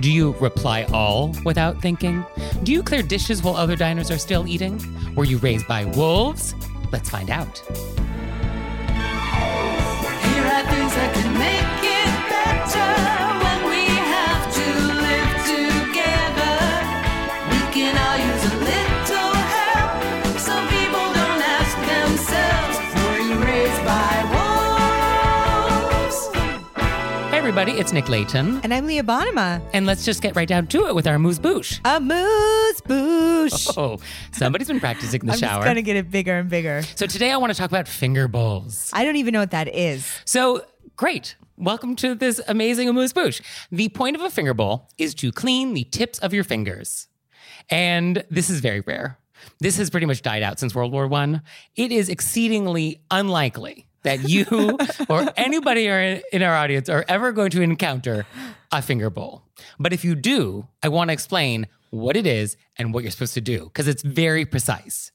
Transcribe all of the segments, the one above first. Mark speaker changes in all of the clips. Speaker 1: Do you reply all without thinking? Do you clear dishes while other diners are still eating? Were you raised by wolves? Let's find out.
Speaker 2: Here are things that can make it better when we have to live together. We can all use a little help. Some people don't ask themselves, were you raised by wolves?
Speaker 1: Hey everybody, it's Nick Layton.
Speaker 3: And I'm Leah Bonema.
Speaker 1: And let's just get right down to it with our moose boosh.
Speaker 3: A moose boosh.
Speaker 1: Oh, somebody's been practicing in the
Speaker 3: I'm
Speaker 1: shower.
Speaker 3: just going to get it bigger and bigger.
Speaker 1: So today I want to talk about finger bowls.
Speaker 3: I don't even know what that is.
Speaker 1: So great. Welcome to this amazing amuse bouche. The point of a finger bowl is to clean the tips of your fingers. And this is very rare. This has pretty much died out since World War One. It is exceedingly unlikely that you or anybody are- in our audience are ever going to encounter a finger bowl. But if you do, I want to explain what it is and what you're supposed to do because it's very precise.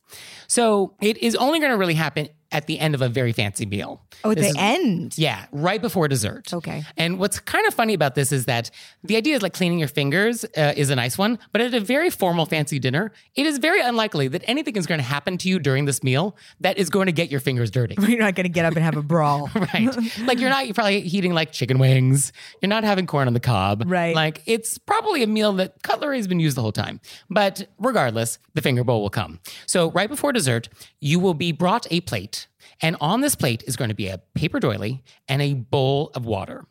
Speaker 1: So it is only going to really happen at the end of a very fancy meal.
Speaker 3: Oh, at
Speaker 1: This is-
Speaker 3: the end.
Speaker 1: yeah, right before dessert.
Speaker 3: Okay.
Speaker 1: And what's kind of funny about this is that the idea is like cleaning your fingers uh, is a nice one, but at a very formal fancy dinner, it is very unlikely that anything is going to happen to you during this meal that is going to get your fingers dirty.
Speaker 3: You're not going to get up and have a brawl.
Speaker 1: Right. like you're not you're probably eating like chicken wings. You're not having corn on the cob.
Speaker 3: Right.
Speaker 1: Like it's probably a meal that cutlery has been used the whole time. But regardless, the finger bowl will come. So right before dessert, you will be brought a plate, and on this plate is going to be a paper doily and a bowl of water.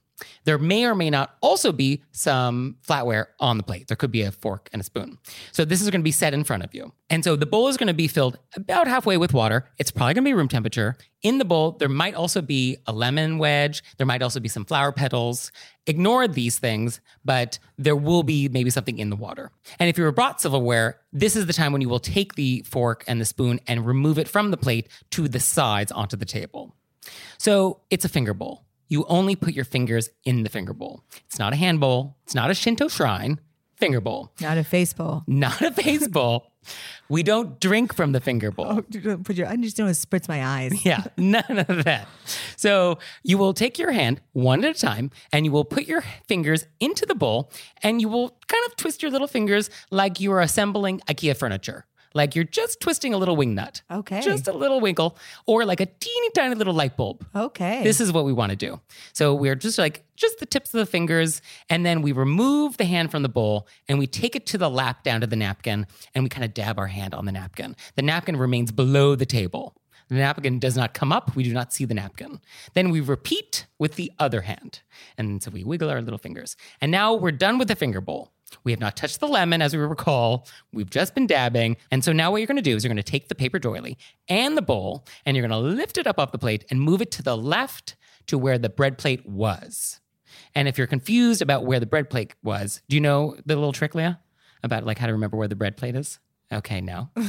Speaker 1: There may or may not also be some flatware on the plate. There could be a fork and a spoon. So this is going to be set in front of you. And so the bowl is going to be filled about halfway with water. It's probably going to be room temperature. In the bowl, there might also be a lemon wedge. There might also be some flower petals. Ignore these things, but there will be maybe something in the water. And if you were brought silverware, this is the time when you will take the fork and the spoon and remove it from the plate to the sides onto the table. So it's a finger bowl. You only put your fingers in the finger bowl. It's not a hand bowl. It's not a Shinto shrine. Finger bowl,
Speaker 3: Not a face bowl.
Speaker 1: not a face bowl. We don't drink from the finger bowl.
Speaker 3: Oh, don't put your, I just don't want to spritz my eyes.
Speaker 1: Yeah, none of that. So you will take your hand one at a time and you will put your fingers into the bowl and you will kind of twist your little fingers like you are assembling IKEA furniture. Like you're just twisting a little wingnut.
Speaker 3: Okay.
Speaker 1: Just a little winkle or like a teeny tiny little light bulb.
Speaker 3: Okay.
Speaker 1: This is what we want to do. So we're just like just the tips of the fingers, and then we remove the hand from the bowl and we take it to the lap down to the napkin, and we kind of dab our hand on the napkin. The napkin remains below the table. The napkin does not come up. We do not see the napkin. Then we repeat with the other hand. And so we wiggle our little fingers. And now we're done with the finger bowl. We have not touched the lemon, as we recall. We've just been dabbing. And so now what you're going to do is you're going to take the paper doily and the bowl, and you're going to lift it up off the plate and move it to the left to where the bread plate was. And if you're confused about where the bread plate was, do you know the little trick, Leah, about like how to remember where the bread plate is? Okay, no. so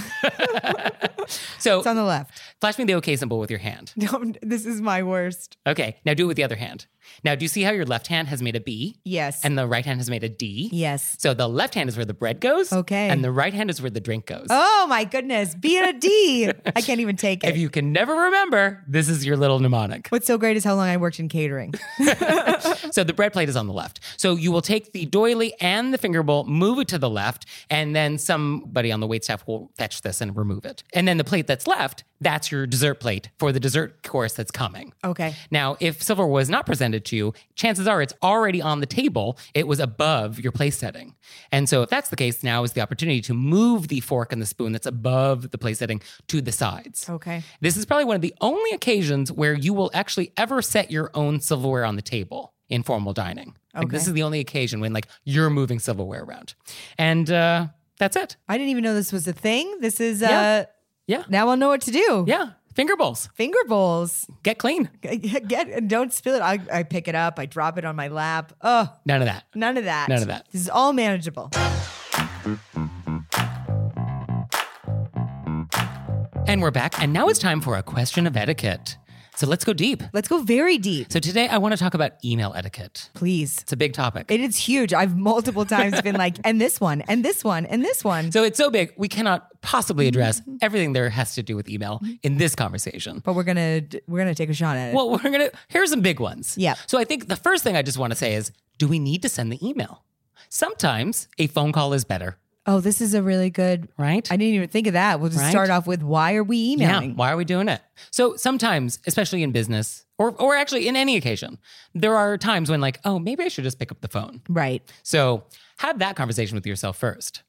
Speaker 3: It's on the left.
Speaker 1: flash me the okay symbol with your hand.
Speaker 3: No, this is my worst.
Speaker 1: Okay, now do it with the other hand. Now, do you see how your left hand has made a B
Speaker 3: Yes.
Speaker 1: and the right hand has made a D?
Speaker 3: yes.
Speaker 1: So the left hand is where the bread goes.
Speaker 3: Okay.
Speaker 1: And the right hand is where the drink goes.
Speaker 3: Oh my goodness. B and a D. I can't even take
Speaker 1: If
Speaker 3: it.
Speaker 1: you can never remember, this is your little mnemonic.
Speaker 3: What's so great is how long I worked in catering.
Speaker 1: So the bread plate is on the left. So you will take the doily and the finger bowl, move it to the left, and then somebody on the waitstaff will fetch this and remove it. And then the plate that's left, that's your dessert plate for the dessert course that's coming.
Speaker 3: Okay.
Speaker 1: Now, if silver was not presented to you, chances are it's already on the table. It was above your place setting. And so if that's the case, now is the opportunity to move the fork and the spoon that's above the place setting to the sides.
Speaker 3: Okay.
Speaker 1: This is probably one of the only occasions where you will actually ever set your own silverware on the table in formal dining. Like, This
Speaker 3: Okay.
Speaker 1: is the only occasion when like you're moving silverware around. And uh, that's it.
Speaker 3: I didn't even know this was a thing. This is uh
Speaker 1: Yeah. Yeah.
Speaker 3: now I'll know what to do.
Speaker 1: Yeah. Finger bowls.
Speaker 3: Finger bowls.
Speaker 1: Get clean.
Speaker 3: Get and don't spill it. I, I pick it up. I drop it on my lap. Oh,
Speaker 1: None of that.
Speaker 3: none of that.
Speaker 1: None of that.
Speaker 3: This is all manageable.
Speaker 1: And we're back. And now it's time for a question of etiquette. So let's go deep.
Speaker 3: Let's go very deep,
Speaker 1: So today I want to talk about email etiquette.
Speaker 3: please.
Speaker 1: It's a big topic.
Speaker 3: It is huge. I've multiple times been like, and this one, and this one, and this one.
Speaker 1: so it's so big, we cannot possibly address everything there has to do with email in this conversation.
Speaker 3: but we're gonna we're gonna take a shot at it.
Speaker 1: Well, we're gonna here's some big ones.
Speaker 3: Yeah.
Speaker 1: So I think the first thing I just want to say is, do we need to send the email? Sometimes a phone call is better,
Speaker 3: oh, this is a really good.
Speaker 1: right?
Speaker 3: I didn't even think of that. We'll just
Speaker 1: Right?
Speaker 3: start off with why are we emailing?
Speaker 1: Yeah. Why are we doing it? So sometimes, especially in business, or or actually in any occasion, there are times when like, oh, maybe I should just pick up the phone.
Speaker 3: Right.
Speaker 1: So have that conversation with yourself first.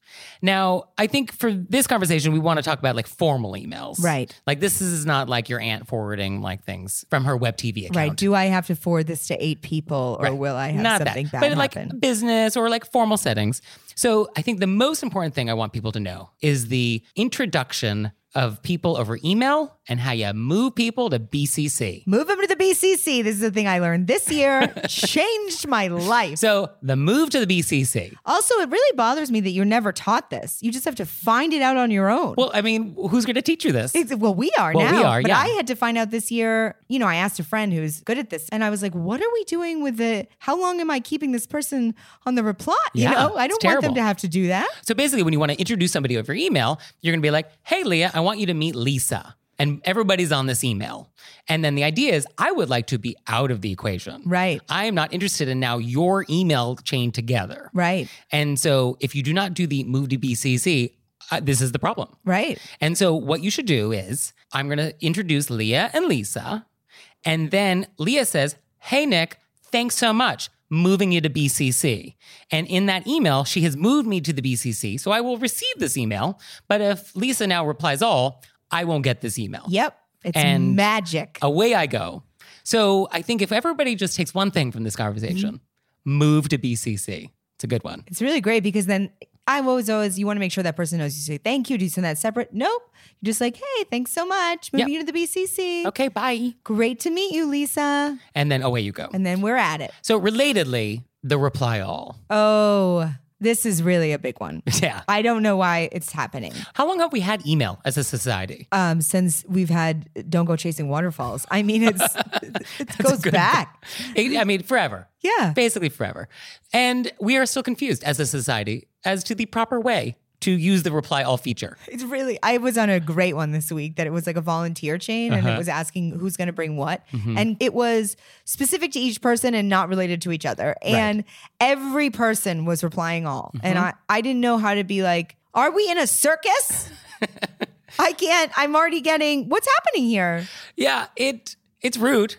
Speaker 1: Now, I think for this conversation, we want to talk about like formal emails.
Speaker 3: Right.
Speaker 1: Like this is not like your aunt forwarding like things from her web TV account.
Speaker 3: Right. Do I have to forward this to eight people or
Speaker 1: Right.
Speaker 3: will I have
Speaker 1: Not
Speaker 3: something
Speaker 1: that,
Speaker 3: bad
Speaker 1: but
Speaker 3: happen?
Speaker 1: like business or like formal settings. So I think the most important thing I want people to know is the introduction of people over email and how you move people to BCC.
Speaker 3: Move them to the BCC. This is the thing I learned this year. Changed my life.
Speaker 1: So the move to the BCC.
Speaker 3: also, it really bothers me that you're never taught this. You just have to find it out on your own.
Speaker 1: Well, I mean, who's going to teach you this?
Speaker 3: It's- well, we are
Speaker 1: Well,
Speaker 3: now.
Speaker 1: we are,
Speaker 3: but
Speaker 1: yeah.
Speaker 3: I had to find out this year. You know, I asked a friend who's good at this, and I was like, "What are we doing with the? How long am I keeping this person on the reply? You
Speaker 1: Yeah,
Speaker 3: know, I
Speaker 1: it's
Speaker 3: don't want them
Speaker 1: terrible.
Speaker 3: to have to do that.
Speaker 1: So basically, when you want to introduce somebody over email, you're going to be like, hey, Leah, I want you to meet Lisa. And everybody's on this email. And then the idea is, I would like to be out of the equation.
Speaker 3: Right.
Speaker 1: I am not interested in now your email chain together.
Speaker 3: Right.
Speaker 1: And so if you do not do the move to BCC, uh, this is the problem.
Speaker 3: Right.
Speaker 1: And so what you should do is I'm going to introduce Leah and Lisa. And then Leah says, Hey, Nick, thanks so much. Moving you to BCC. And in that email, she has moved me to the BCC. So I will receive this email. But if Lisa now replies all, I won't get this email.
Speaker 3: Yep. It's
Speaker 1: And- Oh.
Speaker 3: magic.
Speaker 1: Away I go. So I think if everybody just takes one thing from this conversation, move to BCC. It's a good one.
Speaker 3: It's really great because then I always always you want to make sure that person knows. You say thank you. Do you send that separate? Nope. You're just like, hey, thanks so much. Moving you to the BCC.
Speaker 1: Okay, bye.
Speaker 3: Great to meet you, Lisa.
Speaker 1: And then away you go.
Speaker 3: And then we're at it.
Speaker 1: So, relatedly, the reply all.
Speaker 3: Oh, this is really a big one.
Speaker 1: Yeah.
Speaker 3: I don't know why it's happening.
Speaker 1: How long have we had email as a society?
Speaker 3: Um, since we've had "Don't Go Chasing Waterfalls," I mean, it's it goes
Speaker 1: good-
Speaker 3: back.
Speaker 1: It- I mean, forever,
Speaker 3: Yeah,
Speaker 1: basically forever. And we are still confused as a society as to the proper way to use the reply all feature.
Speaker 3: it's really. I was on a great one this week that it was like a volunteer chain,
Speaker 1: Uh-huh.
Speaker 3: and it was asking who's going to bring what,
Speaker 1: Mm-hmm.
Speaker 3: and it was specific to each person and not related to each other. And every person was replying all, and
Speaker 1: Mm-hmm.
Speaker 3: I I didn't know how to be like, "Are we in a circus?" I can't. I'm already getting what's happening here.
Speaker 1: Yeah, it it's rude.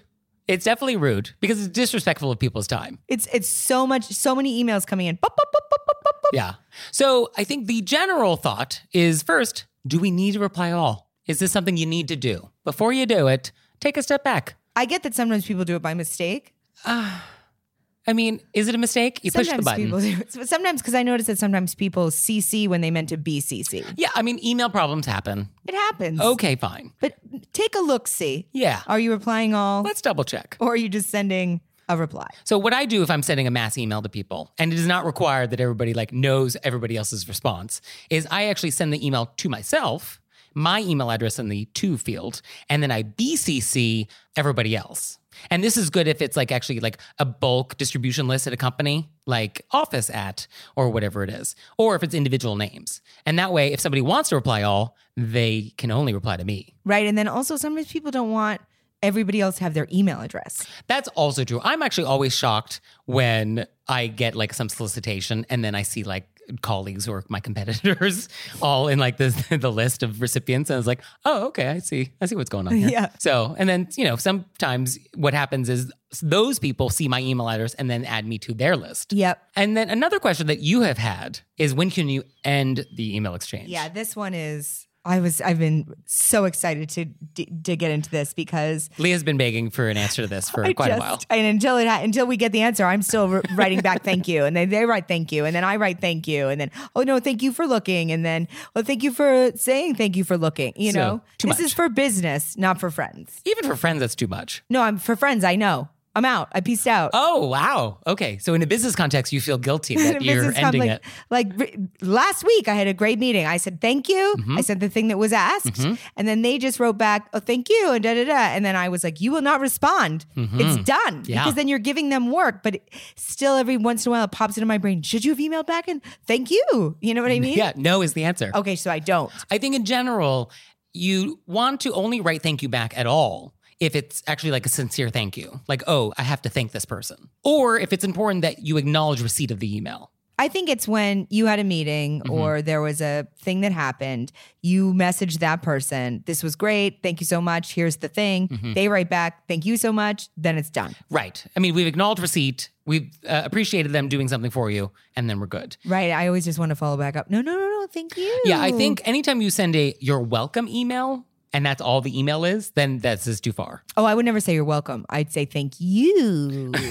Speaker 1: It's definitely rude because it's disrespectful of people's time.
Speaker 3: It's it's so much, so many emails coming in. Boop, boop, boop, boop, boop, boop, boop.
Speaker 1: Yeah. So I think the general thought is first, do we need to reply all? Is this something you need to do? Before you do it, take a step back.
Speaker 3: I get that sometimes people do it by mistake.
Speaker 1: I mean, is it a mistake? You push the
Speaker 3: Sometimes
Speaker 1: button.
Speaker 3: people do it. Sometimes because I notice that sometimes people CC when they meant to BCC.
Speaker 1: yeah, I mean, email problems happen.
Speaker 3: It happens.
Speaker 1: Okay, fine.
Speaker 3: But take a look, see.
Speaker 1: Yeah.
Speaker 3: Are you replying all
Speaker 1: Let's double check.
Speaker 3: or are you just sending a reply.
Speaker 1: So what I do if I'm sending a mass email to people, and it is not required that everybody like knows everybody else's response, is I actually send the email to myself, my email address in the to field, and then I BCC everybody else. And this is good if it's like actually like a bulk distribution list at a company, like office at or whatever it is, or if it's individual names. And that way, if somebody wants to reply all, they can only reply to me.
Speaker 3: Right. And then also sometimes people don't want everybody else to have their email address.
Speaker 1: That's also true. I'm actually always shocked when I get like some solicitation and then I see like colleagues or my competitors all in like this the list of recipients and I was like, "Oh, okay, I see. I see what's going on here."
Speaker 3: Yeah.
Speaker 1: So, and then, you know, sometimes what happens is those people see my email address and then add me to their list.
Speaker 3: Yep.
Speaker 1: And then another question that you have had is when can you end the email exchange?
Speaker 3: Yeah, this one is I was I've been so excited to d- to get into this because
Speaker 1: Leah's been begging for an answer to this for
Speaker 3: I
Speaker 1: quite
Speaker 3: just,
Speaker 1: a while.
Speaker 3: And until it ha- until we get the answer, I'm still r- writing back thank you, and then they write thank you, and then I write thank you, and then oh no, thank you for looking, and then well, thank you for saying thank you for looking. You
Speaker 1: So,
Speaker 3: know,
Speaker 1: too
Speaker 3: this is
Speaker 1: much.
Speaker 3: for business, not for friends.
Speaker 1: Even for friends that's too much.
Speaker 3: No, I'm for friends. I know. I'm out. I peaced out.
Speaker 1: Oh wow! Okay, so in a business context, you feel guilty
Speaker 3: a
Speaker 1: that you're
Speaker 3: business
Speaker 1: ending
Speaker 3: complex.
Speaker 1: it.
Speaker 3: Like re- last week, I had a great meeting. I said thank you.
Speaker 1: Mm-hmm.
Speaker 3: I said the thing that was asked, and then they just wrote back, "Oh, thank you," and da da da. And then I was like, "You will not respond. It's done."
Speaker 1: Mm-hmm. Yeah.
Speaker 3: Because then you're giving them work, but it- still, every once in a while, it pops into my brain. Should you have emailed back and thank you? You know what I mean?
Speaker 1: Mm, Yeah, no is the answer.
Speaker 3: Okay, so I don't.
Speaker 1: I think in general, you want to only write thank you back at all if it's actually like a sincere thank you, like oh, I have to thank this person, or if it's important that you acknowledge receipt of the email.
Speaker 3: I think it's when you had a meeting
Speaker 1: Mm-hmm.
Speaker 3: or there was a thing that happened. You message that person, this was great. Thank you so much. Here's the thing.
Speaker 1: Mm-hmm.
Speaker 3: They write back, thank you so much. Then it's done.
Speaker 1: Right. I mean, we've acknowledged receipt, we've uh, appreciated them doing something for you, and then we're good.
Speaker 3: Right. I always just want to follow back up. No, no, no, no. Thank you.
Speaker 1: Yeah, I think anytime you send a "you're welcome" email and that's all the email is, then that's just too far.
Speaker 3: Oh, I would never say you're welcome. I'd say thank you.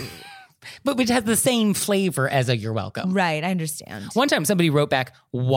Speaker 1: But which has the same flavor as a "you're welcome."
Speaker 3: right. I understand.
Speaker 1: One time somebody wrote back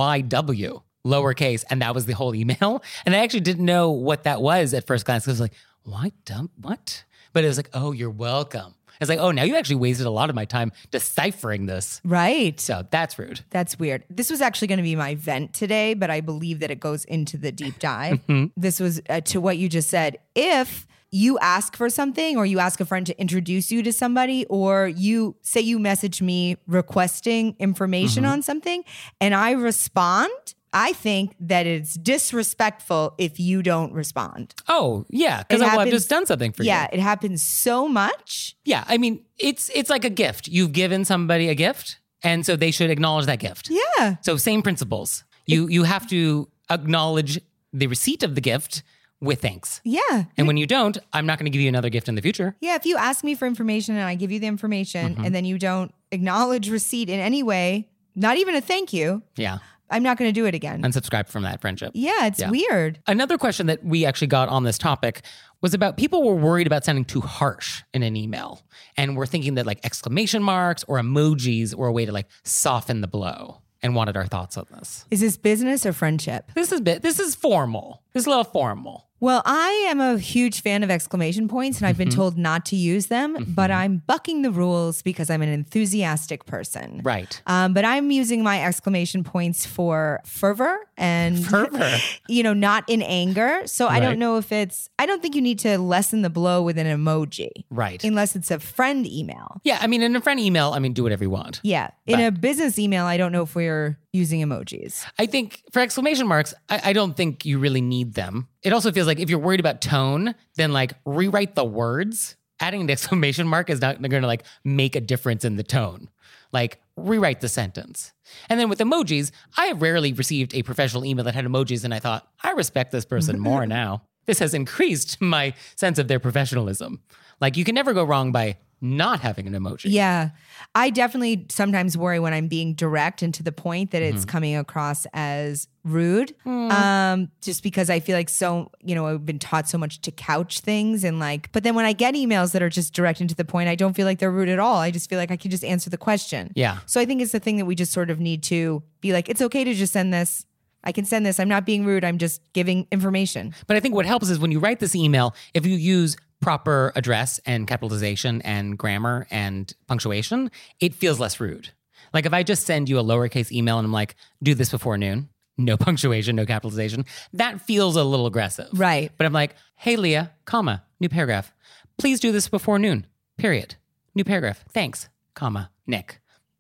Speaker 1: YW, lowercase, and that was the whole email. And I actually didn't know what that was at first glance. 'cause I was like, why dumb what? But it was like, oh, you're welcome. It's like, oh, now you actually wasted a lot of my time deciphering this.
Speaker 3: Right.
Speaker 1: So that's rude.
Speaker 3: That's weird. This was actually going to be my vent today, but I believe that it goes into the deep dive. this was uh, to what you just said. If you ask for something or you ask a friend to introduce you to somebody or you say you message me requesting information on something and I respond, I think that it's disrespectful if you don't respond.
Speaker 1: Oh, yeah, because
Speaker 3: It
Speaker 1: I will have
Speaker 3: happens-
Speaker 1: just done something for you.
Speaker 3: Yeah, it happens so much.
Speaker 1: Yeah, I mean, it's it's like a gift. You've given somebody a gift, and so they should acknowledge that gift.
Speaker 3: Yeah.
Speaker 1: So same principles. You you have to acknowledge the receipt of the gift with thanks.
Speaker 3: Yeah.
Speaker 1: And when you don't, I'm not going to give you another gift in the future.
Speaker 3: Yeah, if you ask me for information and I give you the information
Speaker 1: Mm-hmm.
Speaker 3: and then you don't acknowledge receipt in any way, not even a thank you,
Speaker 1: Yeah.
Speaker 3: I'm not going to do it again.
Speaker 1: Unsubscribe from that friendship.
Speaker 3: yeah, it's
Speaker 1: Yeah.
Speaker 3: weird.
Speaker 1: Another question that we actually got on this topic was about people were worried about sounding too harsh in an email and were thinking that like exclamation marks or emojis were a way to like soften the blow and wanted our thoughts on this.
Speaker 3: Is this business or friendship?
Speaker 1: This is bit this is formal. This is a little formal.
Speaker 3: Well, I am a huge fan of exclamation points and I've
Speaker 1: Mm-hmm.
Speaker 3: been told not to use them, but I'm bucking the rules because I'm an enthusiastic person.
Speaker 1: Right.
Speaker 3: Um, but I'm using my exclamation points for fervor and
Speaker 1: Fervor.
Speaker 3: you know, not in anger. So I
Speaker 1: Right.
Speaker 3: don't know if it's I don't think you need to lessen the blow with an emoji.
Speaker 1: Right.
Speaker 3: Unless it's a friend email.
Speaker 1: yeah, I mean in a friend email, I mean do whatever you want.
Speaker 3: Yeah. In a business email, I don't know if we're using emojis.
Speaker 1: I think for exclamation marks, I, I don't think you really need them. It also feels like if you're worried about tone, then like rewrite the words. Adding an exclamation mark is not going to like make a difference in the tone. Like rewrite the sentence. And then with emojis, I have rarely received a professional email that had emojis, and I thought I respect this person more now. This has increased my sense of their professionalism. Like you can never go wrong by not having an emoji.
Speaker 3: Yeah. I definitely sometimes worry when I'm being direct and to the point that it's coming across as rude. Um, just because I feel like so, you know, I've been taught so much to couch things and like, but then when I get emails that are just direct and to the point, I don't feel like they're rude at all. I just feel like I can just answer the question.
Speaker 1: Yeah.
Speaker 3: So I think it's the thing that we just sort of need to be like, it's okay to just send this. I can send this. I'm not being rude. I'm just giving information.
Speaker 1: But I think what helps is when you write this email, if you use proper address and capitalization and grammar and punctuation, it feels less rude. Like if I just send you a lowercase email and I'm like, do this before noon, no punctuation, no capitalization, that feels a little aggressive.
Speaker 3: Right.
Speaker 1: But I'm like, hey, Leah, comma, new paragraph. Please do this before noon, period. New paragraph. Thanks, comma, Nick.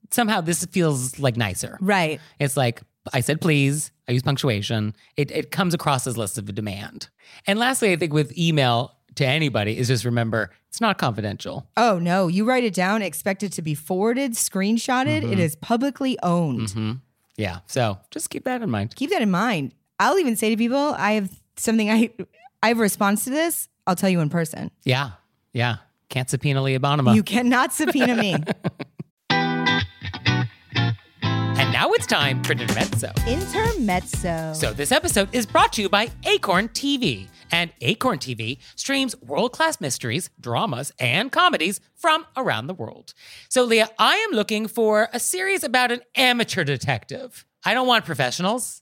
Speaker 1: Somehow this feels like nicer.
Speaker 3: Right.
Speaker 1: It's like I said, please. I use punctuation. It it comes across as less of a demand. And lastly, I think with email to anybody is just remember it's not confidential.
Speaker 3: Oh no, you write it down, expect it to be forwarded, screenshotted. It is publicly owned.
Speaker 1: Yeah. So just keep that in mind.
Speaker 3: Keep that in mind. I'll even say to people, I have something I I have a response to this. I'll tell you in person.
Speaker 1: Yeah. Yeah. Can't subpoena Leah Bonema.
Speaker 3: You cannot subpoena me.
Speaker 1: and now it's time for Intermezzo.
Speaker 3: Intermezzo.
Speaker 1: So, this episode is brought to you by Acorn TV. And Acorn TV streams world class mysteries, dramas, and comedies from around the world. So, Leah, I am looking for a series about an amateur detective. I don't want professionals.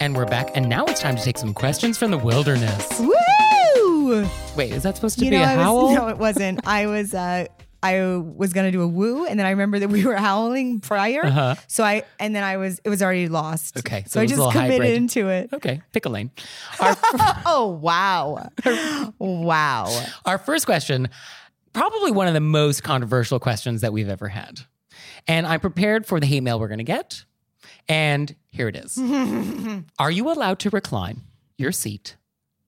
Speaker 1: And we're back, and now it's time to take some questions from the wilderness.
Speaker 3: Woo!
Speaker 1: Wait, is that supposed to
Speaker 3: You
Speaker 1: be
Speaker 3: know,
Speaker 1: a
Speaker 3: I was,
Speaker 1: howl?
Speaker 3: no, it wasn't. I was, uh, I was gonna do a woo, and then I remember that we were howling prior.
Speaker 1: Uh-huh.
Speaker 3: So I, and then I was, it was already lost.
Speaker 1: Okay, so
Speaker 3: so
Speaker 1: it
Speaker 3: I
Speaker 1: was a
Speaker 3: just
Speaker 1: little
Speaker 3: committed
Speaker 1: hybrid.
Speaker 3: into it.
Speaker 1: Okay, pick a lane. Our,
Speaker 3: Oh wow, wow!
Speaker 1: our first question, probably one of the most controversial questions that we've ever had. And I'm prepared for the hate mail we're going to get. And here it is Are you allowed to recline your seat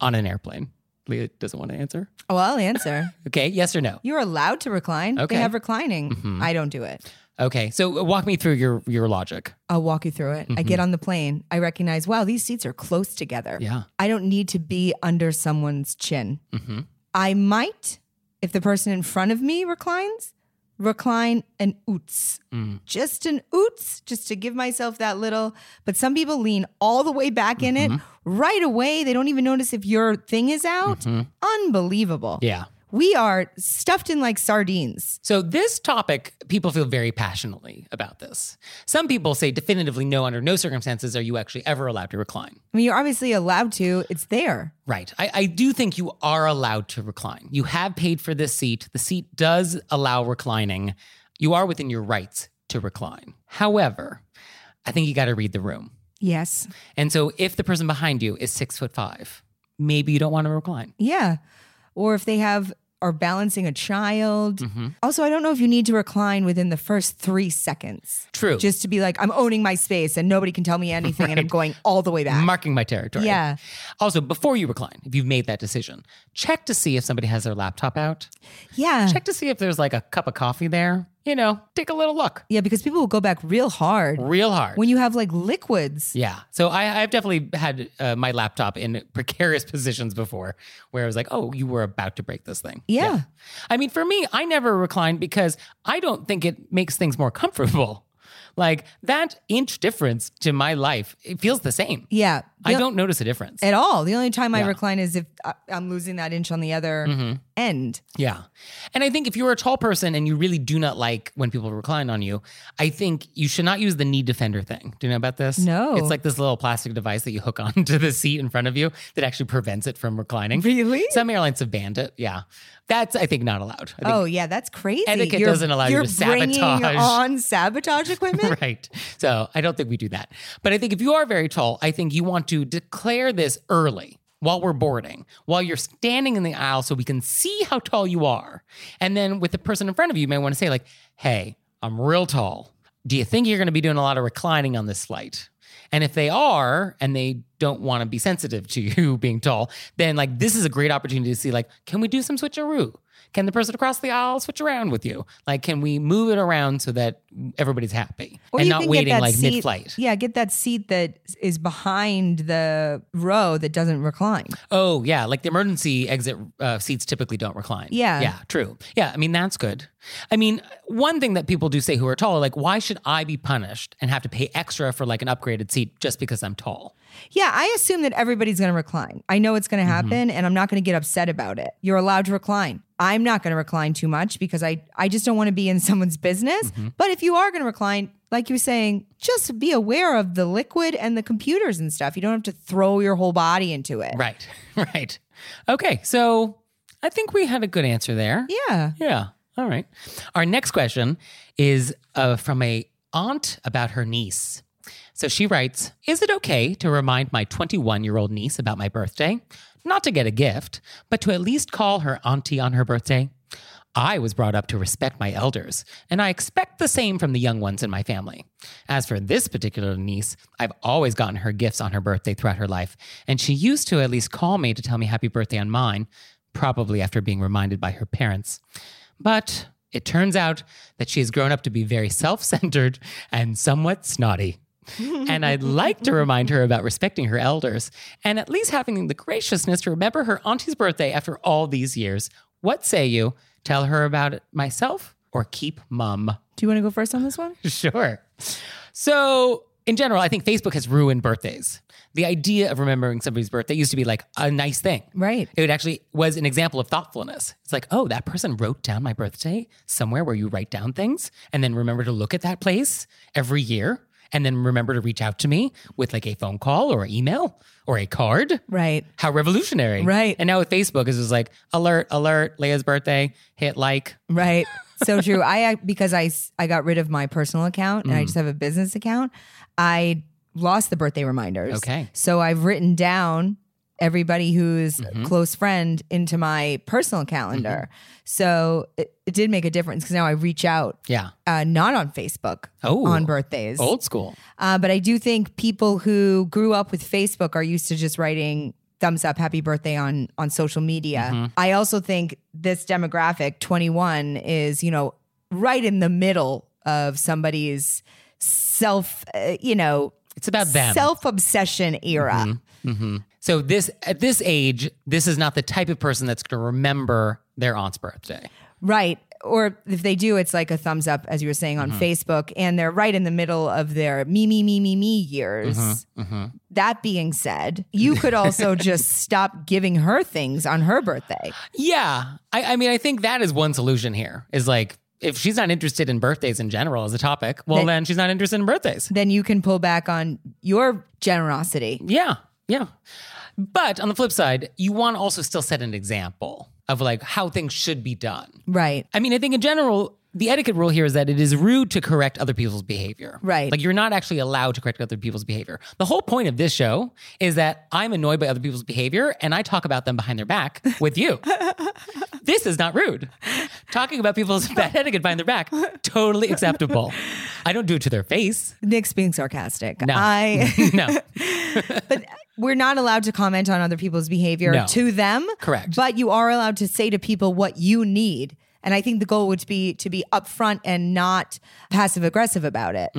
Speaker 1: on an airplane? Leah doesn't want to answer.
Speaker 3: Well, I'll answer.
Speaker 1: Okay, yes or no?
Speaker 3: You're allowed to recline.
Speaker 1: Okay. Mm-hmm.
Speaker 3: They have reclining. I don't do it.
Speaker 1: Okay, so walk me through your, your logic.
Speaker 3: I'll walk you through it. I get on the plane. I recognize, wow, these seats are close together.
Speaker 1: Mm-hmm. Yeah.
Speaker 3: I don't need to be under someone's chin.
Speaker 1: Mm-hmm.
Speaker 3: I might, if the person in front of me reclines, recline an oots.
Speaker 1: Mm.
Speaker 3: Just an oots, just to give myself that little. But some people lean all the way back in
Speaker 1: Mm-hmm.
Speaker 3: it right away. They don't even notice if your thing is out. Unbelievable.
Speaker 1: Mm-hmm. Yeah.
Speaker 3: We are stuffed in like sardines.
Speaker 1: So, this topic, people feel very passionately about this. Some people say definitively no, under no circumstances are you actually ever allowed to recline.
Speaker 3: I mean, you're obviously allowed to, it's there.
Speaker 1: Right. I, I do think you are allowed to recline. You have paid for this seat. The seat does allow reclining. You are within your rights to recline. However, I think you got to read the room.
Speaker 3: Yes.
Speaker 1: And so if the person behind you is six foot five, maybe you don't want to recline.
Speaker 3: Yeah. Or if they have are balancing a child.
Speaker 1: Mm-hmm.
Speaker 3: Also, I don't know if you need to recline within the first three seconds.
Speaker 1: True.
Speaker 3: Just to be like, I'm owning my space and nobody can tell me anything and I'm going all the way back.
Speaker 1: marking my territory.
Speaker 3: Yeah.
Speaker 1: Also, before you recline, if you've made that decision, check to see if somebody has their laptop out.
Speaker 3: yeah.
Speaker 1: Check to see if there's like a cup of coffee there. you know, take a little look
Speaker 3: Yeah, because people will go back real hard
Speaker 1: real hard.
Speaker 3: when you have like liquids.
Speaker 1: yeah. So I, I've definitely had uh, my laptop in precarious positions before where I was like, oh, you were about to break this thing.
Speaker 3: Yeah.
Speaker 1: I mean, for me, I never recline because I don't think it makes things more comfortable. Like that inch difference to my life, it feels the same.
Speaker 3: Yeah.
Speaker 1: I
Speaker 3: The-
Speaker 1: don't notice a difference.
Speaker 3: at all. The only time I
Speaker 1: Yeah. Mm-hmm.
Speaker 3: recline is if I- I'm losing that inch on the other end.
Speaker 1: Yeah. And I think if you're a tall person and you really do not like when people recline on you, I think you should not use the knee defender thing. Do you know about this?
Speaker 3: No.
Speaker 1: It's like this little plastic device that you hook onto the seat in front of you that actually prevents it from reclining.
Speaker 3: Really?
Speaker 1: Some airlines have banned it. Yeah. That's, I think, not allowed. I think
Speaker 3: Oh yeah, that's crazy.
Speaker 1: Etiquette doesn't allow you
Speaker 3: you're
Speaker 1: to
Speaker 3: bringing
Speaker 1: sabotage.
Speaker 3: on sabotage equipment.
Speaker 1: right. So I don't think we do that. But I think if you are very tall, I think you want to declare this early while we're boarding, while you're standing in the aisle so we can see how tall you are. And then with the person in front of you, you may want to say, like, hey, I'm real tall. Do you think you're going to be doing a lot of reclining on this flight? And if they are, and they don't want to be sensitive to you being tall, then like this is a great opportunity to see like, can we do some switcheroo? Can the person across the aisle switch around with you? Like, can we move it around so that everybody's happy
Speaker 3: Or
Speaker 1: and
Speaker 3: you
Speaker 1: not
Speaker 3: can get
Speaker 1: waiting
Speaker 3: that
Speaker 1: like
Speaker 3: seat-
Speaker 1: mid-flight?
Speaker 3: Yeah, get that seat that is behind the row that doesn't recline.
Speaker 1: Oh yeah, like the emergency exit uh, seats typically don't recline.
Speaker 3: Yeah.
Speaker 1: yeah, true. Yeah, I mean that's good. I mean, one thing that people do say who are tall, like, why should I be punished and have to pay extra for like an upgraded seat just because I'm tall?
Speaker 3: Yeah, I assume that everybody's going to recline. I know it's going to
Speaker 1: Mm-hmm.
Speaker 3: happen and I'm not going to get upset about it. You're allowed to recline. I'm not going to recline too much because I I just don't want to be in someone's business.
Speaker 1: Mm-hmm.
Speaker 3: But if you are going to recline, like you were saying, just be aware of the liquid and the computers and stuff. You don't have to throw your whole body into it.
Speaker 1: Right, right. Okay, so I think we had a good answer there.
Speaker 3: Yeah.
Speaker 1: Yeah. All right. Our next question is uh, from a aunt about her niece. So she writes, "Is it okay to remind my 21-year-old niece about my birthday? Not to get a gift, but to at least call her auntie on her birthday? I was brought up to respect my elders, and I expect the same from the young ones in my family. As for this particular niece, I've always gotten her gifts on her birthday throughout her life, and she used to at least call me to tell me happy birthday on mine, probably after being reminded by her parents. But it turns out that she has grown up to be very self centered and somewhat snotty. and I'd like to remind her about respecting her elders and at least having the graciousness to remember her auntie's birthday after all these years. What say you? Tell her about it myself or keep mum?
Speaker 3: Do you want to go first on this one?
Speaker 1: Sure. So, in general, I think Facebook has ruined birthdays. The idea of remembering somebody's birthday used to be like a nice thing.
Speaker 3: Right.
Speaker 1: It actually was an example of thoughtfulness. It's like, oh, that person wrote down my birthday somewhere where you write down things and then remember to look at that place every year and then remember to reach out to me with like a phone call or email or a card.
Speaker 3: Right.
Speaker 1: How revolutionary.
Speaker 3: Right.
Speaker 1: And now with Facebook, it's just like, alert, alert, Leah's birthday, hit like.
Speaker 3: Right. So true. I I- because I s- I got rid of my personal account and I just have a business account. I lost the birthday reminders.
Speaker 1: Okay.
Speaker 3: So I've written down everybody who's a close friend into my personal calendar. So it, it did make a difference because now I reach out
Speaker 1: Yeah.
Speaker 3: uh, not on Facebook
Speaker 1: Oh.
Speaker 3: on birthdays.
Speaker 1: Old school.
Speaker 3: Uh, but I do think people who grew up with Facebook are used to just writing thumbs up happy birthday on on social media. I also think this demographic 21 is, you know, right in the middle of somebody's self, uh, you know,
Speaker 1: It's about them. Mm-hmm.
Speaker 3: self-obsession era.
Speaker 1: so this at this age, this is not the type of person that's going to remember their aunt's birthday.
Speaker 3: Right. Or if they do, it's like a thumbs up, as you were saying on Facebook, and they're right in the middle of their me, me, me, me, me years.
Speaker 1: Mm-hmm.
Speaker 3: That being said, you could also just stop giving her things on her birthday.
Speaker 1: Yeah. I, I mean, I think that is one solution here is like, if she's not interested in birthdays in general as a topic, well,
Speaker 3: Then-
Speaker 1: then she's not interested in birthdays.
Speaker 3: Then you can pull back on your generosity.
Speaker 1: Yeah. Yeah. But on the flip side, you want to also still set an example of like how things should be done.
Speaker 3: Right.
Speaker 1: I mean, I think in general, the etiquette rule here is that it is rude to correct other people's behavior.
Speaker 3: Right.
Speaker 1: Like you're not actually allowed to correct other people's behavior. The whole point of this show is that I'm annoyed by other people's behavior and I talk about them behind their back with you. this is not rude. Talking about people's bad etiquette behind their back, totally acceptable. I don't do it to their face.
Speaker 3: Nick's being sarcastic.
Speaker 1: No.
Speaker 3: I
Speaker 1: no.
Speaker 3: we're not allowed to comment on other people's behavior
Speaker 1: No.
Speaker 3: to them.
Speaker 1: Correct.
Speaker 3: But you are allowed to say to people what you need. And I think the goal would be to be upfront and not passive aggressive about it.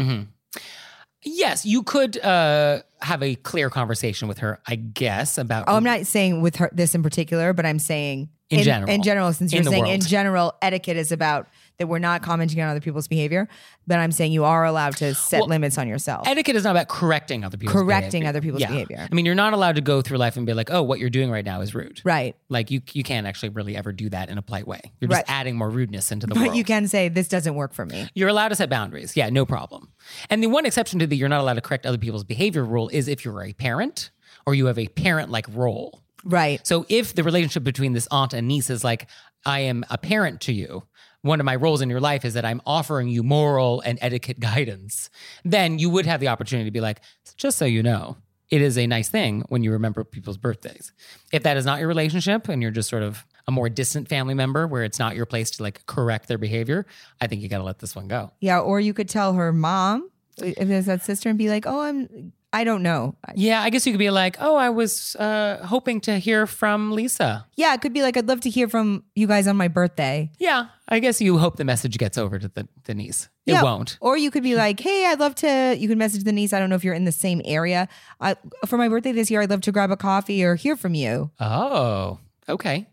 Speaker 1: Yes, you could uh, have a clear conversation with her, I guess, about.
Speaker 3: Oh, I'm not saying with her this in particular, but I'm saying
Speaker 1: In general.
Speaker 3: In general, since
Speaker 1: In
Speaker 3: you're
Speaker 1: the
Speaker 3: saying in
Speaker 1: world.
Speaker 3: general, etiquette is about that we're not commenting on other people's behavior, but I'm saying you are allowed to set
Speaker 1: Well,
Speaker 3: limits on yourself.
Speaker 1: Etiquette is not about correcting other people's
Speaker 3: Correcting
Speaker 1: behavior.
Speaker 3: other people's behavior.
Speaker 1: I mean, you're not allowed to go through life and be like, "Oh, what you're doing right now is rude."
Speaker 3: right.
Speaker 1: Like you, you can't actually really ever do that in a polite way. You're just
Speaker 3: Right.
Speaker 1: adding more rudeness into the
Speaker 3: But
Speaker 1: world.
Speaker 3: you can say this doesn't work for me.
Speaker 1: You're allowed to set boundaries. Yeah, no problem. And the one exception to the you're not allowed to correct other people's behavior rule is if you're a parent or you have a parent like role.
Speaker 3: Right.
Speaker 1: So if the relationship between this aunt and niece is like, I am a parent to you, one of my roles in your life is that I'm offering you moral and etiquette guidance, then you would have the opportunity to be like, just so you know, it is a nice thing when you remember people's birthdays. If that is not your relationship and you're just sort of a more distant family member where it's not your place to like correct their behavior, I think you got to let this one go.
Speaker 3: Yeah. Or you could tell her mom if there's that sister and be like, oh, I'm, I don't know.
Speaker 1: Yeah, I guess you could be like, oh, I was uh, hoping to hear from Lisa.
Speaker 3: Yeah. It could be like, I'd love to hear from you guys on my birthday.
Speaker 1: Yeah, I guess you hope the message gets over to the, the niece. It
Speaker 3: Yeah.
Speaker 1: won't.
Speaker 3: Or you could be like, hey, I'd love to, you could message the niece. I don't know if you're in the same area. I, for my birthday this year, I'd love to grab a coffee or hear from you.
Speaker 1: Oh, okay.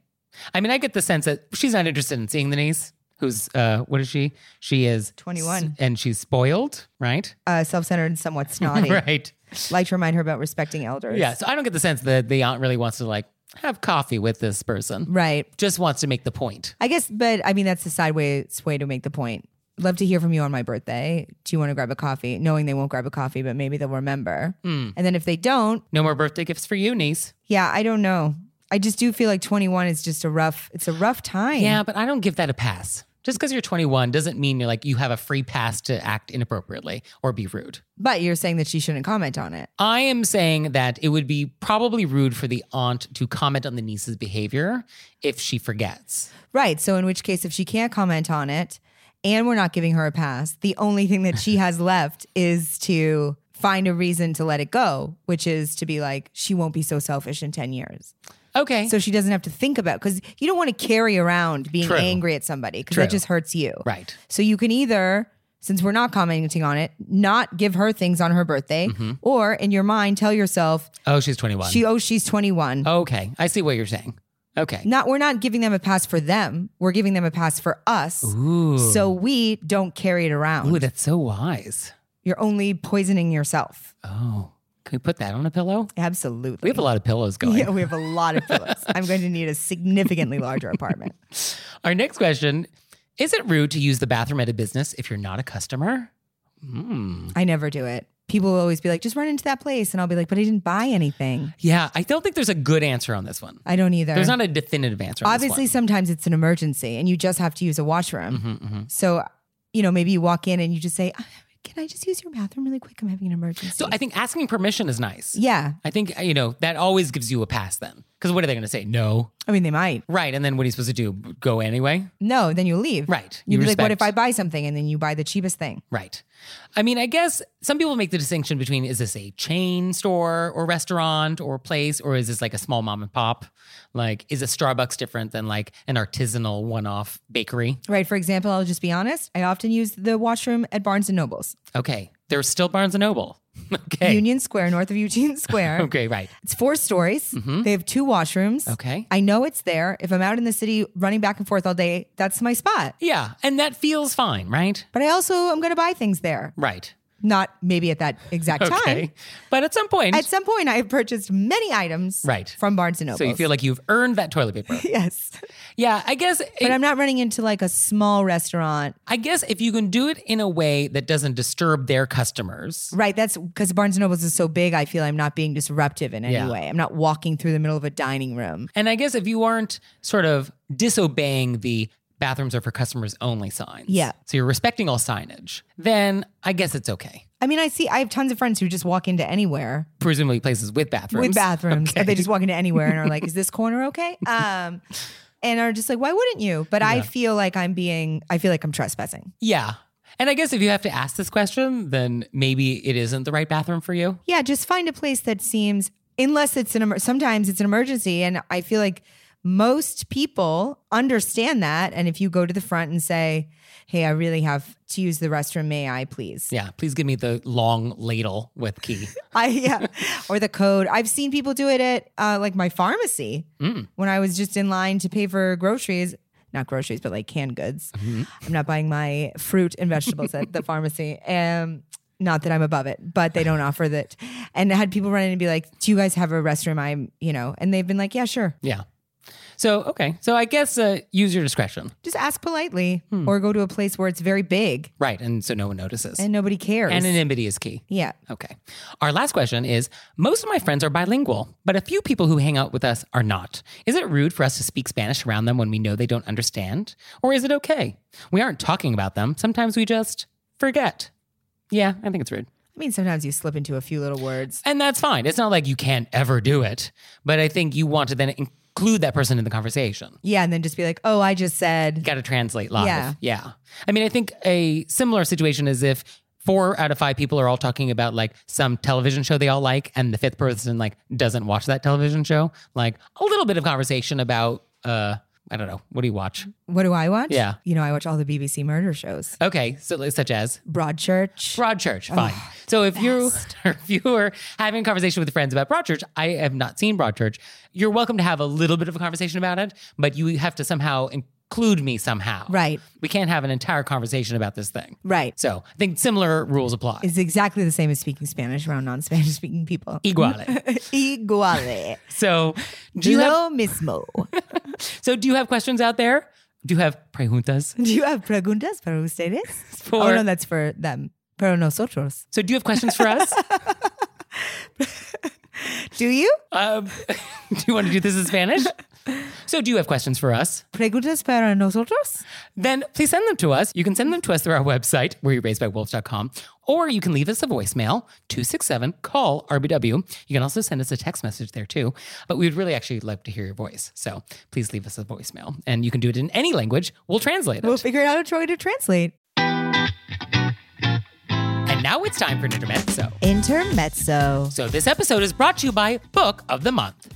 Speaker 1: I mean, I get the sense that she's not interested in seeing the niece, who's, uh, what is she? She is
Speaker 3: 21.
Speaker 1: s- and she's spoiled, right?
Speaker 3: Uh, Self centered and somewhat snotty.
Speaker 1: Right.
Speaker 3: Like to remind her about respecting elders.
Speaker 1: Yeah. So I don't get the sense that the aunt really wants to like have coffee with this person,
Speaker 3: Right.
Speaker 1: just wants to make the point.
Speaker 3: I guess, but I mean, that's the sideways way to make the point. Love to hear from you on my birthday. Do you want to grab a coffee? Knowing they won't grab a coffee, but maybe they'll remember.
Speaker 1: Hmm.
Speaker 3: And then if they don't,
Speaker 1: No more birthday gifts for you, niece.
Speaker 3: yeah, I don't know. I just do feel like 21 is just a rough, it's a rough time.
Speaker 1: Yeah, but I don't give that a pass. Just because you're 21 doesn't mean you're like, you have a free pass to act inappropriately or be rude.
Speaker 3: But you're saying that she shouldn't comment on it.
Speaker 1: I am saying that it would be probably rude for the aunt to comment on the niece's behavior if she forgets.
Speaker 3: Right. So, in which case, if she can't comment on it and we're not giving her a pass, the only thing that she has left is to find a reason to let it go, which is to be like, she won't be so selfish in 10 years.
Speaker 1: Okay.
Speaker 3: So she doesn't have to think about because you don't want to carry around being
Speaker 1: True.
Speaker 3: angry at somebody because that
Speaker 1: True.
Speaker 3: just hurts you.
Speaker 1: right.
Speaker 3: So you can either, since we're not commenting on it, not give her things on her birthday,
Speaker 1: Mm-hmm.
Speaker 3: or in your mind tell yourself
Speaker 1: Oh, she's 21.
Speaker 3: she oh she's twenty one.
Speaker 1: okay. I see what you're saying. Okay.
Speaker 3: Not we're not giving them a pass for them. We're giving them a pass for us.
Speaker 1: Ooh.
Speaker 3: So we don't carry it around.
Speaker 1: Ooh, that's so wise.
Speaker 3: You're only poisoning yourself.
Speaker 1: Oh. Can we put that on a pillow?
Speaker 3: Absolutely.
Speaker 1: We have a lot of pillows going.
Speaker 3: Yeah, we have a lot of pillows. I'm going to need a significantly larger apartment.
Speaker 1: Our next question Is it rude to use the bathroom at a business if you're not a customer? Hmm.
Speaker 3: I never do it. People will always be like, just run into that place. And I'll be like, but I didn't buy anything.
Speaker 1: Yeah, I don't think there's a good answer on this one.
Speaker 3: I don't either.
Speaker 1: There's not a definitive answer. On
Speaker 3: Obviously,
Speaker 1: this
Speaker 3: sometimes it's an emergency and you just have to use a washroom.
Speaker 1: one. Mhm, mhm.
Speaker 3: So, you know, maybe you walk in and you just say, "Ah, can I just use your bathroom really quick? I'm having an emergency.
Speaker 1: So I think asking permission is nice.
Speaker 3: yeah.
Speaker 1: I think, you know, that always gives you a pass then. Because what are they going to say? No.
Speaker 3: I mean, they might.
Speaker 1: Right. And then what are you supposed to do? Go anyway?
Speaker 3: No, then you leave.
Speaker 1: Right.
Speaker 3: You'd
Speaker 1: You
Speaker 3: be like, what
Speaker 1: respect.
Speaker 3: if I buy something? And then you buy the cheapest thing.
Speaker 1: Right. I mean, I guess some people make the distinction between is this a chain store or restaurant or place, or is this like a small mom and pop? Like, is a Starbucks different than like an artisanal one off bakery?
Speaker 3: Right. For example, I'll just be honest. I often use the washroom at Barnes and Noble's,
Speaker 1: Okay. There's still Barnes and Noble. okay.
Speaker 3: Union Square, north of Eugene Square.
Speaker 1: Okay. Right.
Speaker 3: It's four stories. They have two washrooms.
Speaker 1: Mm-hmm. Okay.
Speaker 3: I know it's there. If I'm out in the city running back and forth all day, that's my spot.
Speaker 1: Yeah. And that feels fine, right?
Speaker 3: But I also am going to buy things there.
Speaker 1: Right.
Speaker 3: Not maybe at that exact time.
Speaker 1: Okay. But at some point,
Speaker 3: At some point, I have purchased many items
Speaker 1: Right.
Speaker 3: from Barnes and Noble.
Speaker 1: so you feel like you've earned that toilet paper.
Speaker 3: yes,
Speaker 1: Yeah, I guess.
Speaker 3: but I'm not running into like a small restaurant,
Speaker 1: I guess if you can do it in a way that doesn't disturb their customers,
Speaker 3: right? That's because Barnes and Nobles is so big. I feel I'm not being disruptive in any
Speaker 1: Yeah.
Speaker 3: way. I'm not walking through the middle of a dining room.
Speaker 1: and I guess if you aren't sort of disobeying the bathrooms are for customers only signs,
Speaker 3: Yeah.
Speaker 1: so you're respecting all signage, then I guess it's okay.
Speaker 3: I mean, I see I have tons of friends who just walk into anywhere
Speaker 1: Presumably places with bathrooms.
Speaker 3: with bathrooms.
Speaker 1: Okay.
Speaker 3: They just walk into anywhere and are like, "Is this corner okay?" Um, and are just like, "Why wouldn't you?" But I feel like I'm being, I feel like I'm trespassing.
Speaker 1: yeah. And I guess if you have to ask this question, then maybe it isn't the right bathroom for you.
Speaker 3: Yeah, just find a place that seems, unless it's an, emer- sometimes it's an emergency, and I feel like most people understand that. And if you go to the front and say, hey, I really have to use the restroom, may I please?
Speaker 1: Yeah, please give me the long ladle with key.
Speaker 3: I yeah, or the code. I've seen people do it at uh, like my pharmacy when I was just in line to pay for groceries. Not groceries, but like canned goods. I'm not buying my fruit and vegetables at the pharmacy. Um, not that I'm above it, but they don't offer that. And I had people run in and be like, "Do you guys have a restroom?" I'm, you know, and they've been like, "Yeah, sure."
Speaker 1: yeah. So, okay. So I guess uh, use your discretion.
Speaker 3: Just ask politely, or go to a place where it's very big
Speaker 1: Right. And so no one notices.
Speaker 3: and nobody cares.
Speaker 1: Anonymity is key.
Speaker 3: yeah,
Speaker 1: Okay. Our last question is Most of my friends are bilingual, but a few people who hang out with us are not. Is it rude for us to speak Spanish around them when we know they don't understand? Or is it okay? We aren't talking about them. Sometimes we just forget. Yeah, I think it's rude.
Speaker 3: I mean, sometimes you slip into a few little words.
Speaker 1: And that's fine. It's not like you can't ever do it, but I think you want to then include that person in the conversation.
Speaker 3: Yeah, and then just be like, "Oh, I just said."
Speaker 1: Got to translate live.
Speaker 3: Yeah.
Speaker 1: I mean, I think a similar situation is if four out of five people are all talking about like some television show they all like, and the fifth person like doesn't watch that television show. Like a little bit of conversation about, uh, I don't know, what do you watch?
Speaker 3: What do I watch?
Speaker 1: Yeah.
Speaker 3: You know, I watch all the BBC murder shows.
Speaker 1: Okay, so like, such as
Speaker 3: Broadchurch.
Speaker 1: Broadchurch, fine. so if you if you are having a conversation with friends about Broadchurch, I have not seen Broadchurch. You're welcome to have a little bit of a conversation about it, but you have to somehow include me somehow.
Speaker 3: Right.
Speaker 1: We can't have an entire conversation about this thing.
Speaker 3: Right.
Speaker 1: So I think similar rules apply.
Speaker 3: It's exactly the same as speaking Spanish around non Spanish speaking people.
Speaker 1: Iguale.
Speaker 3: Iguale.
Speaker 1: so do you have
Speaker 3: Lo mismo.
Speaker 1: so do you have questions out there? Do you have preguntas?
Speaker 3: Do you have preguntas para ustedes?
Speaker 1: For-
Speaker 3: Oh, no, that's for them. Pero nosotros.
Speaker 1: So do you have questions for us?
Speaker 3: Do you?
Speaker 1: um, do you want to do this in Spanish? So do you have questions for us?
Speaker 3: Preguntas para nosotros?
Speaker 1: then please send them to us. You can send them to us through our website, where you're raised by wolves.com, or you can leave us a voicemail, 267 call RBW. You can also send us a text message there too, but we would really actually love to hear your voice. So please leave us a voicemail and you can do it in any language. We'll translate it.
Speaker 3: We'll figure out a try to translate.
Speaker 1: and now it's time for an intermezzo.
Speaker 3: Intermezzo.
Speaker 1: So this episode is brought to you by Book of the Month.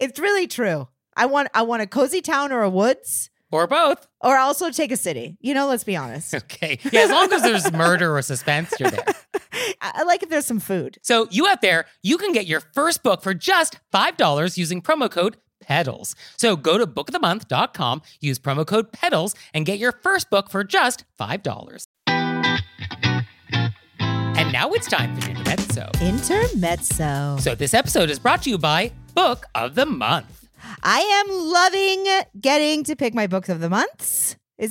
Speaker 3: It's really true. I want I want a cozy town or a woods.
Speaker 1: Or both.
Speaker 3: Or also take a city. You know, let's be honest.
Speaker 1: Okay. Yeah, as long as there's murder or suspense, you're there.
Speaker 3: I, I like if there's some food.
Speaker 1: So you out there, you can get your first book for just $5 using promo code E PEDALS. So go to bookofthemonth.com, use promo code E PEDALS, and get your first book for just $5. And now it's time for Intermezzo.
Speaker 3: Intermezzo.
Speaker 1: So this episode is brought to you by Book of the Month.
Speaker 3: I am loving getting to pick my books of the months. Is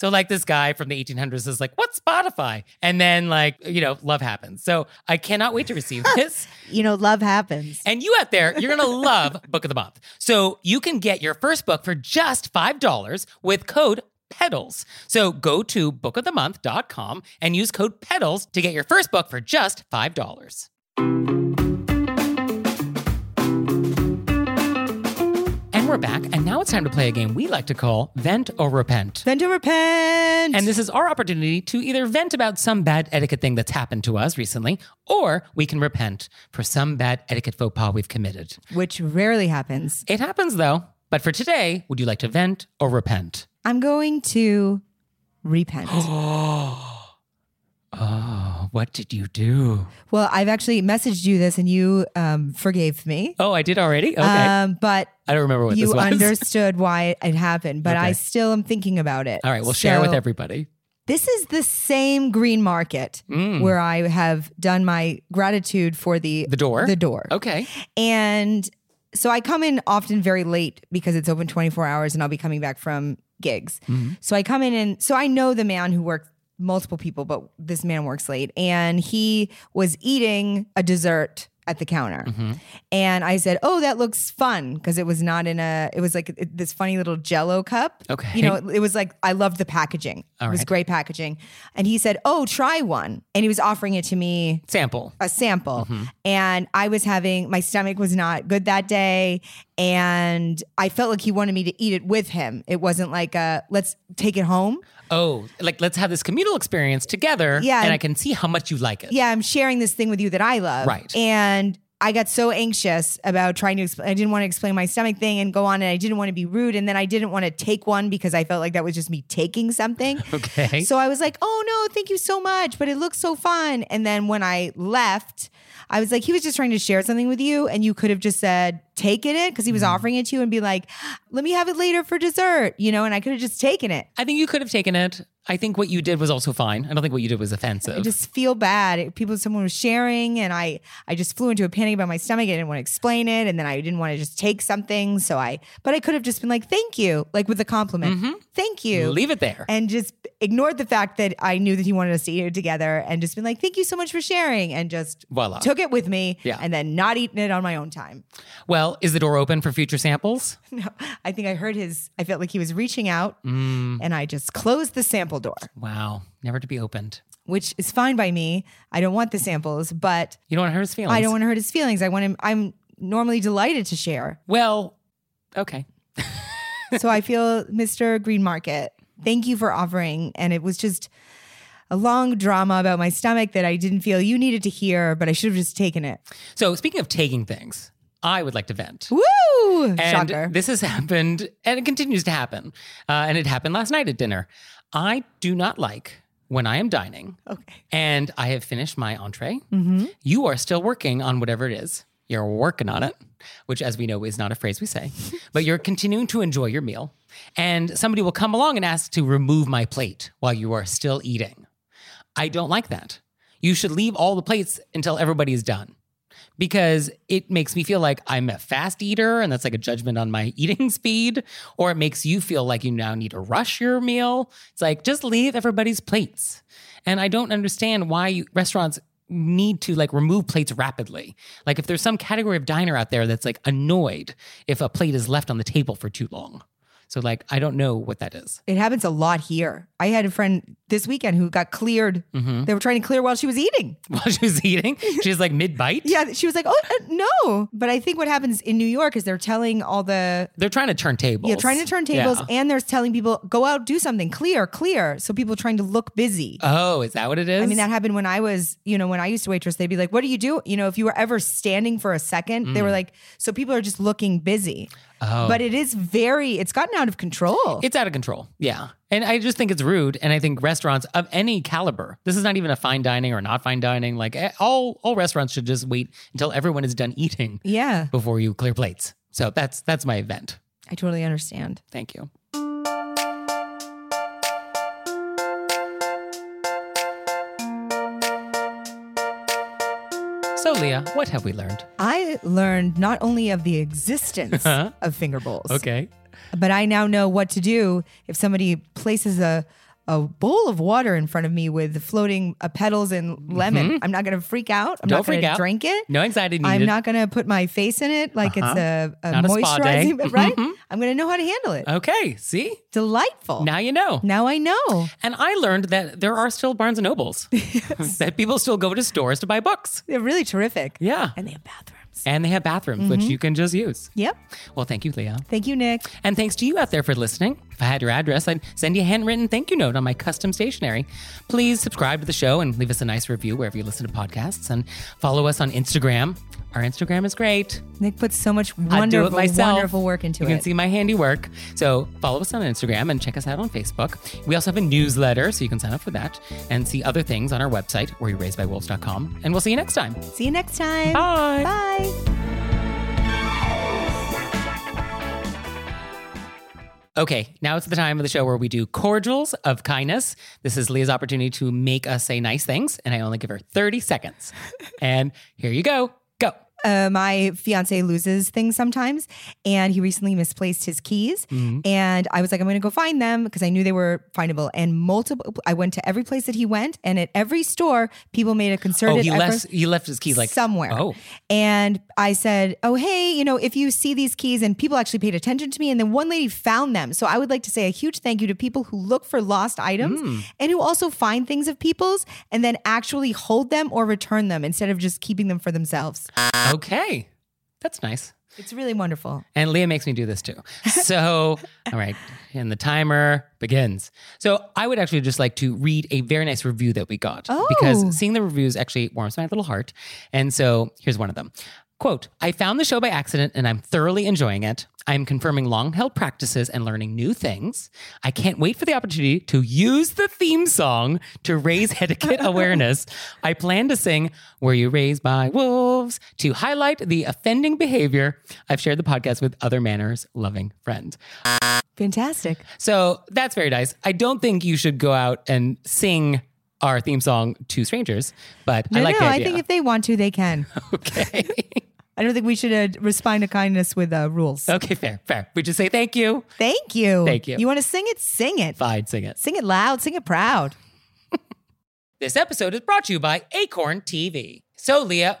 Speaker 1: So, like, this guy from the 1800s is like, What's Spotify? And then, like, you know, love happens. So, I cannot wait to receive this.
Speaker 3: You know, love happens.
Speaker 1: And you out there, you're going to love Book of the Month. So you can get your first book for just $5 with code E PEDALS. So go to bookofthemonth.com and use code E PEDALS to get your first book for just $5. And we're back. And now it's time to play a game we like to call Vent or Repent.
Speaker 3: Then to repent.
Speaker 1: And this is our opportunity to either vent about some bad etiquette thing that's happened to us recently, or we can repent for some bad etiquette faux pas we've committed.
Speaker 3: which rarely happens.
Speaker 1: It happens though. But for today, would you like to vent or repent?
Speaker 3: I'm going to repent.
Speaker 1: Oh, what did you do?
Speaker 3: Well, I've actually messaged you this and you um, forgave me.
Speaker 1: Oh, I did already? Okay.
Speaker 3: Um, but
Speaker 1: I don't remember what
Speaker 3: you
Speaker 1: this was.
Speaker 3: understood why it happened, but I
Speaker 1: Okay.
Speaker 3: still am thinking about it.
Speaker 1: All right, we'll share with
Speaker 3: So
Speaker 1: everybody.
Speaker 3: This is the same green market
Speaker 1: Mm.
Speaker 3: where I have done my gratitude for the
Speaker 1: The door?
Speaker 3: The door.
Speaker 1: Okay.
Speaker 3: And so I come in often very late because it's open 24 hours and I'll be coming back from gigs.
Speaker 1: Mhm.
Speaker 3: So I come in and so I know the man who worked multiple people, but this man works late and he was eating a dessert at the counter.
Speaker 1: Mhm.
Speaker 3: And I said, "Oh, that looks fun" because it was not in a it was like it- this funny little jello cup.
Speaker 1: Okay.
Speaker 3: You know, it, it was like I loved the packaging.
Speaker 1: All
Speaker 3: it was
Speaker 1: right.
Speaker 3: great packaging. And he said, "Oh, try one." And he was offering it to me
Speaker 1: Sample.
Speaker 3: a sample
Speaker 1: Mm-hmm.
Speaker 3: and I was having my stomach was not good that day and I felt like he wanted me to eat it with him. It wasn't like a let's take it home.
Speaker 1: Oh, like let's have this communal experience together.
Speaker 3: Yeah.
Speaker 1: And I can see how much you like it.
Speaker 3: Yeah, I'm sharing this thing with you that I love.
Speaker 1: Right.
Speaker 3: And I got so anxious about trying to explain I didn't want to explain my stomach thing and go on and I didn't want to be rude and then I didn't want to take one because I felt like that was just me taking something.
Speaker 1: Okay.
Speaker 3: So I was like, oh no, thank you so much, but it looks so fun. And then when I left, I was like, he was just trying to share something with you, and you could have just said, taken it, because he was offering it to you and be like, let me have it later for dessert, you know, and I could have just taken it.
Speaker 1: I think you could have taken it. I think what you did was also fine. I don't think what you did was offensive.
Speaker 3: I just feel bad. It- People, someone was sharing, and I, I just flew into a panic about my stomach. I didn't want to explain it, and then I didn't want to just take something. So I, but I could have just been like, "Thank you," like with a compliment. Thank you.
Speaker 1: Leave it there.
Speaker 3: and just ignored the fact that I knew that he wanted us to eat it together and just been like, thank you so much for sharing and just
Speaker 1: Voila.
Speaker 3: took it with me
Speaker 1: Yeah.
Speaker 3: and then not eating it on my own time.
Speaker 1: well, is the door open for future samples?
Speaker 3: No, I think I heard his, I felt like he was reaching out
Speaker 1: Mm,
Speaker 3: and I just closed the sample door,
Speaker 1: wow. Never to be opened.
Speaker 3: which is fine by me. I don't want the samples, but
Speaker 1: You don't want to hurt his feelings.
Speaker 3: I don't want to hurt his feelings. I want him, I'm normally delighted to share.
Speaker 1: Well, okay.
Speaker 3: so I feel, Mr. Green Market, thank you for offering. And it was just a long drama about my stomach that I didn't feel you needed to hear, but I should have just taken it.
Speaker 1: So, speaking of taking things, I would like to vent.
Speaker 3: Woo!
Speaker 1: And
Speaker 3: Shocker.
Speaker 1: this has happened, and it continues to happen. Uh, and it happened last night at dinner. I do not like when I am dining
Speaker 3: okay. Mm-hmm.
Speaker 1: and I have finished my entree. You are still working on whatever it is. You're working on it, which, as we know, is not a phrase we say, but you're continuing to enjoy your meal. And somebody will come along and ask to remove my plate while you are still eating. I don't like that. You should leave all the plates until everybody is done because it makes me feel like I'm a fast eater and that's like a judgment on my eating speed, or it makes you feel like you now need to rush your meal. It's like just leave everybody's plates. And I don't understand why you, restaurants need to like remove plates rapidly. Like if there's some category of diner out there that's like annoyed if a plate is left on the table for too long. So like I don't know what that is.
Speaker 3: It happens a lot here. I had a friend this weekend who got cleared.
Speaker 1: Hmm?
Speaker 3: They were trying to clear while she was eating.
Speaker 1: While she was eating, she's like mid bite.
Speaker 3: Yeah, she was like, "Oh uh, no!" But I think what happens in New York is they're telling all the
Speaker 1: They're trying to turn tables.
Speaker 3: yeah trying to turn tables,
Speaker 1: Yeah.
Speaker 3: and they're telling people go out, do something, clear, clear. So people trying to look busy.
Speaker 1: Oh, is that what it is?
Speaker 3: I mean, that happened when I was, you know, when I used to waitress, they'd be like, what do you do? You know, if you were ever standing for a second, they were like, so people are just looking busy.
Speaker 1: Mm. Oh.
Speaker 3: But it is very, it's gotten out of control.
Speaker 1: It's out of control. Yeah. And I just think it's rude. And I think restaurants of any caliber, this is not even a fine dining or not fine dining. Like eh, all, all restaurants should just wait until everyone is done eating
Speaker 3: yeah,
Speaker 1: before you clear plates. So that's, that's my event.
Speaker 3: I totally understand.
Speaker 1: Thank you. So Leah, what have we learned?
Speaker 3: I learned not only of the existence
Speaker 1: Huh?
Speaker 3: of finger bowls,
Speaker 1: Uh-huh. Okay.
Speaker 3: but I now know what to do if somebody places a a bowl of water in front of me with floating uh, petals and lemon. I'm not going to freak out.
Speaker 1: Mm-hmm.
Speaker 3: I'm
Speaker 1: Don't
Speaker 3: not going
Speaker 1: freak
Speaker 3: to
Speaker 1: out.
Speaker 3: drink it.
Speaker 1: No anxiety needed.
Speaker 3: I'm not going to put my face in it like it's a, a
Speaker 1: Uh-huh. Not a spa day. Mm-hmm.
Speaker 3: moisturizing, right? I'm going to know how to handle it.
Speaker 1: Okay. See,
Speaker 3: Delightful.
Speaker 1: now you know.
Speaker 3: Now I know.
Speaker 1: And I learned that there are still Barnes and Nobles, that people still go to stores to buy books.
Speaker 3: They're really terrific.
Speaker 1: Yeah.
Speaker 3: And they have bathrooms.
Speaker 1: And they have bathrooms, which you can just use.
Speaker 3: Yep.
Speaker 1: Well, thank you, Leah.
Speaker 3: Thank you, Nick.
Speaker 1: And thanks to you out there for listening. If I had your address, I'd send you a handwritten thank you note on my custom stationery. Please subscribe to the show and leave us a nice review wherever you listen to podcasts and follow us on Instagram. Our Instagram is great.
Speaker 3: Nick puts so much
Speaker 1: I do it
Speaker 3: wonderful,
Speaker 1: myself.
Speaker 3: wonderful work into
Speaker 1: you
Speaker 3: it.
Speaker 1: You can see my handiwork. So follow us on Instagram and check us out on Facebook. We also have a newsletter, so you can sign up for that and see other things on our website, whereyouRaisedByWolves.com. And we'll see you next time.
Speaker 3: see you next time.
Speaker 1: Bye.
Speaker 3: Bye.
Speaker 1: Okay, now it's the time of the show where we do cordials of kindness. This is Leah's opportunity to make us say nice things, and I only give her 30 seconds. and here you go. Go.
Speaker 3: uh, my fiance loses things sometimes, and he recently misplaced his keys.
Speaker 1: Mm-hmm.
Speaker 3: And I was like, I'm going to go find them because I knew they were findable. And multiple, I went to every place that he went, and at every store, people made a
Speaker 1: Oh,
Speaker 3: concerted
Speaker 1: he
Speaker 3: effort
Speaker 1: left he left his keys like
Speaker 3: somewhere.
Speaker 1: Oh.
Speaker 3: And I said, Oh, hey, you know, if you see these keys, and people actually paid attention to me. And then one lady found them. So I would like to say a huge thank you to people who look for lost items
Speaker 1: Hmm.
Speaker 3: and who also find things of people's and then actually hold them or return them instead of just keeping them for themselves.
Speaker 1: Okay. That's nice.
Speaker 3: It's really wonderful.
Speaker 1: And Leah makes me do this too. So, all right, and the timer begins. So, I would actually just like to read a very nice review that we got
Speaker 3: Oh.
Speaker 1: because seeing the reviews actually warms my little heart. And so, here's one of them. Quote, I found the show by accident and I'm thoroughly enjoying it. I'm confirming long held practices and learning new things. I can't wait for the opportunity to use the theme song to raise etiquette awareness. I plan to sing Were You Raised by Wolves to highlight the offending behavior. I've shared the podcast with other manners loving friends.
Speaker 3: Fantastic.
Speaker 1: So that's very nice. I don't think you should go out and sing our theme song to strangers, but
Speaker 3: No,
Speaker 1: I like
Speaker 3: no,
Speaker 1: the
Speaker 3: I
Speaker 1: idea.
Speaker 3: think if they want to, they can.
Speaker 1: okay.
Speaker 3: I don't think we should uh, respond to kindness with uh, rules.
Speaker 1: okay, fair, fair. We just say thank you.
Speaker 3: Thank you.
Speaker 1: Oh. Thank you.
Speaker 3: You want to sing it? Sing it.
Speaker 1: Fine, sing it.
Speaker 3: Sing it loud. Sing it proud.
Speaker 1: This episode is brought to you by Acorn TV. So, Leah,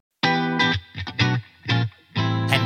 Speaker 1: And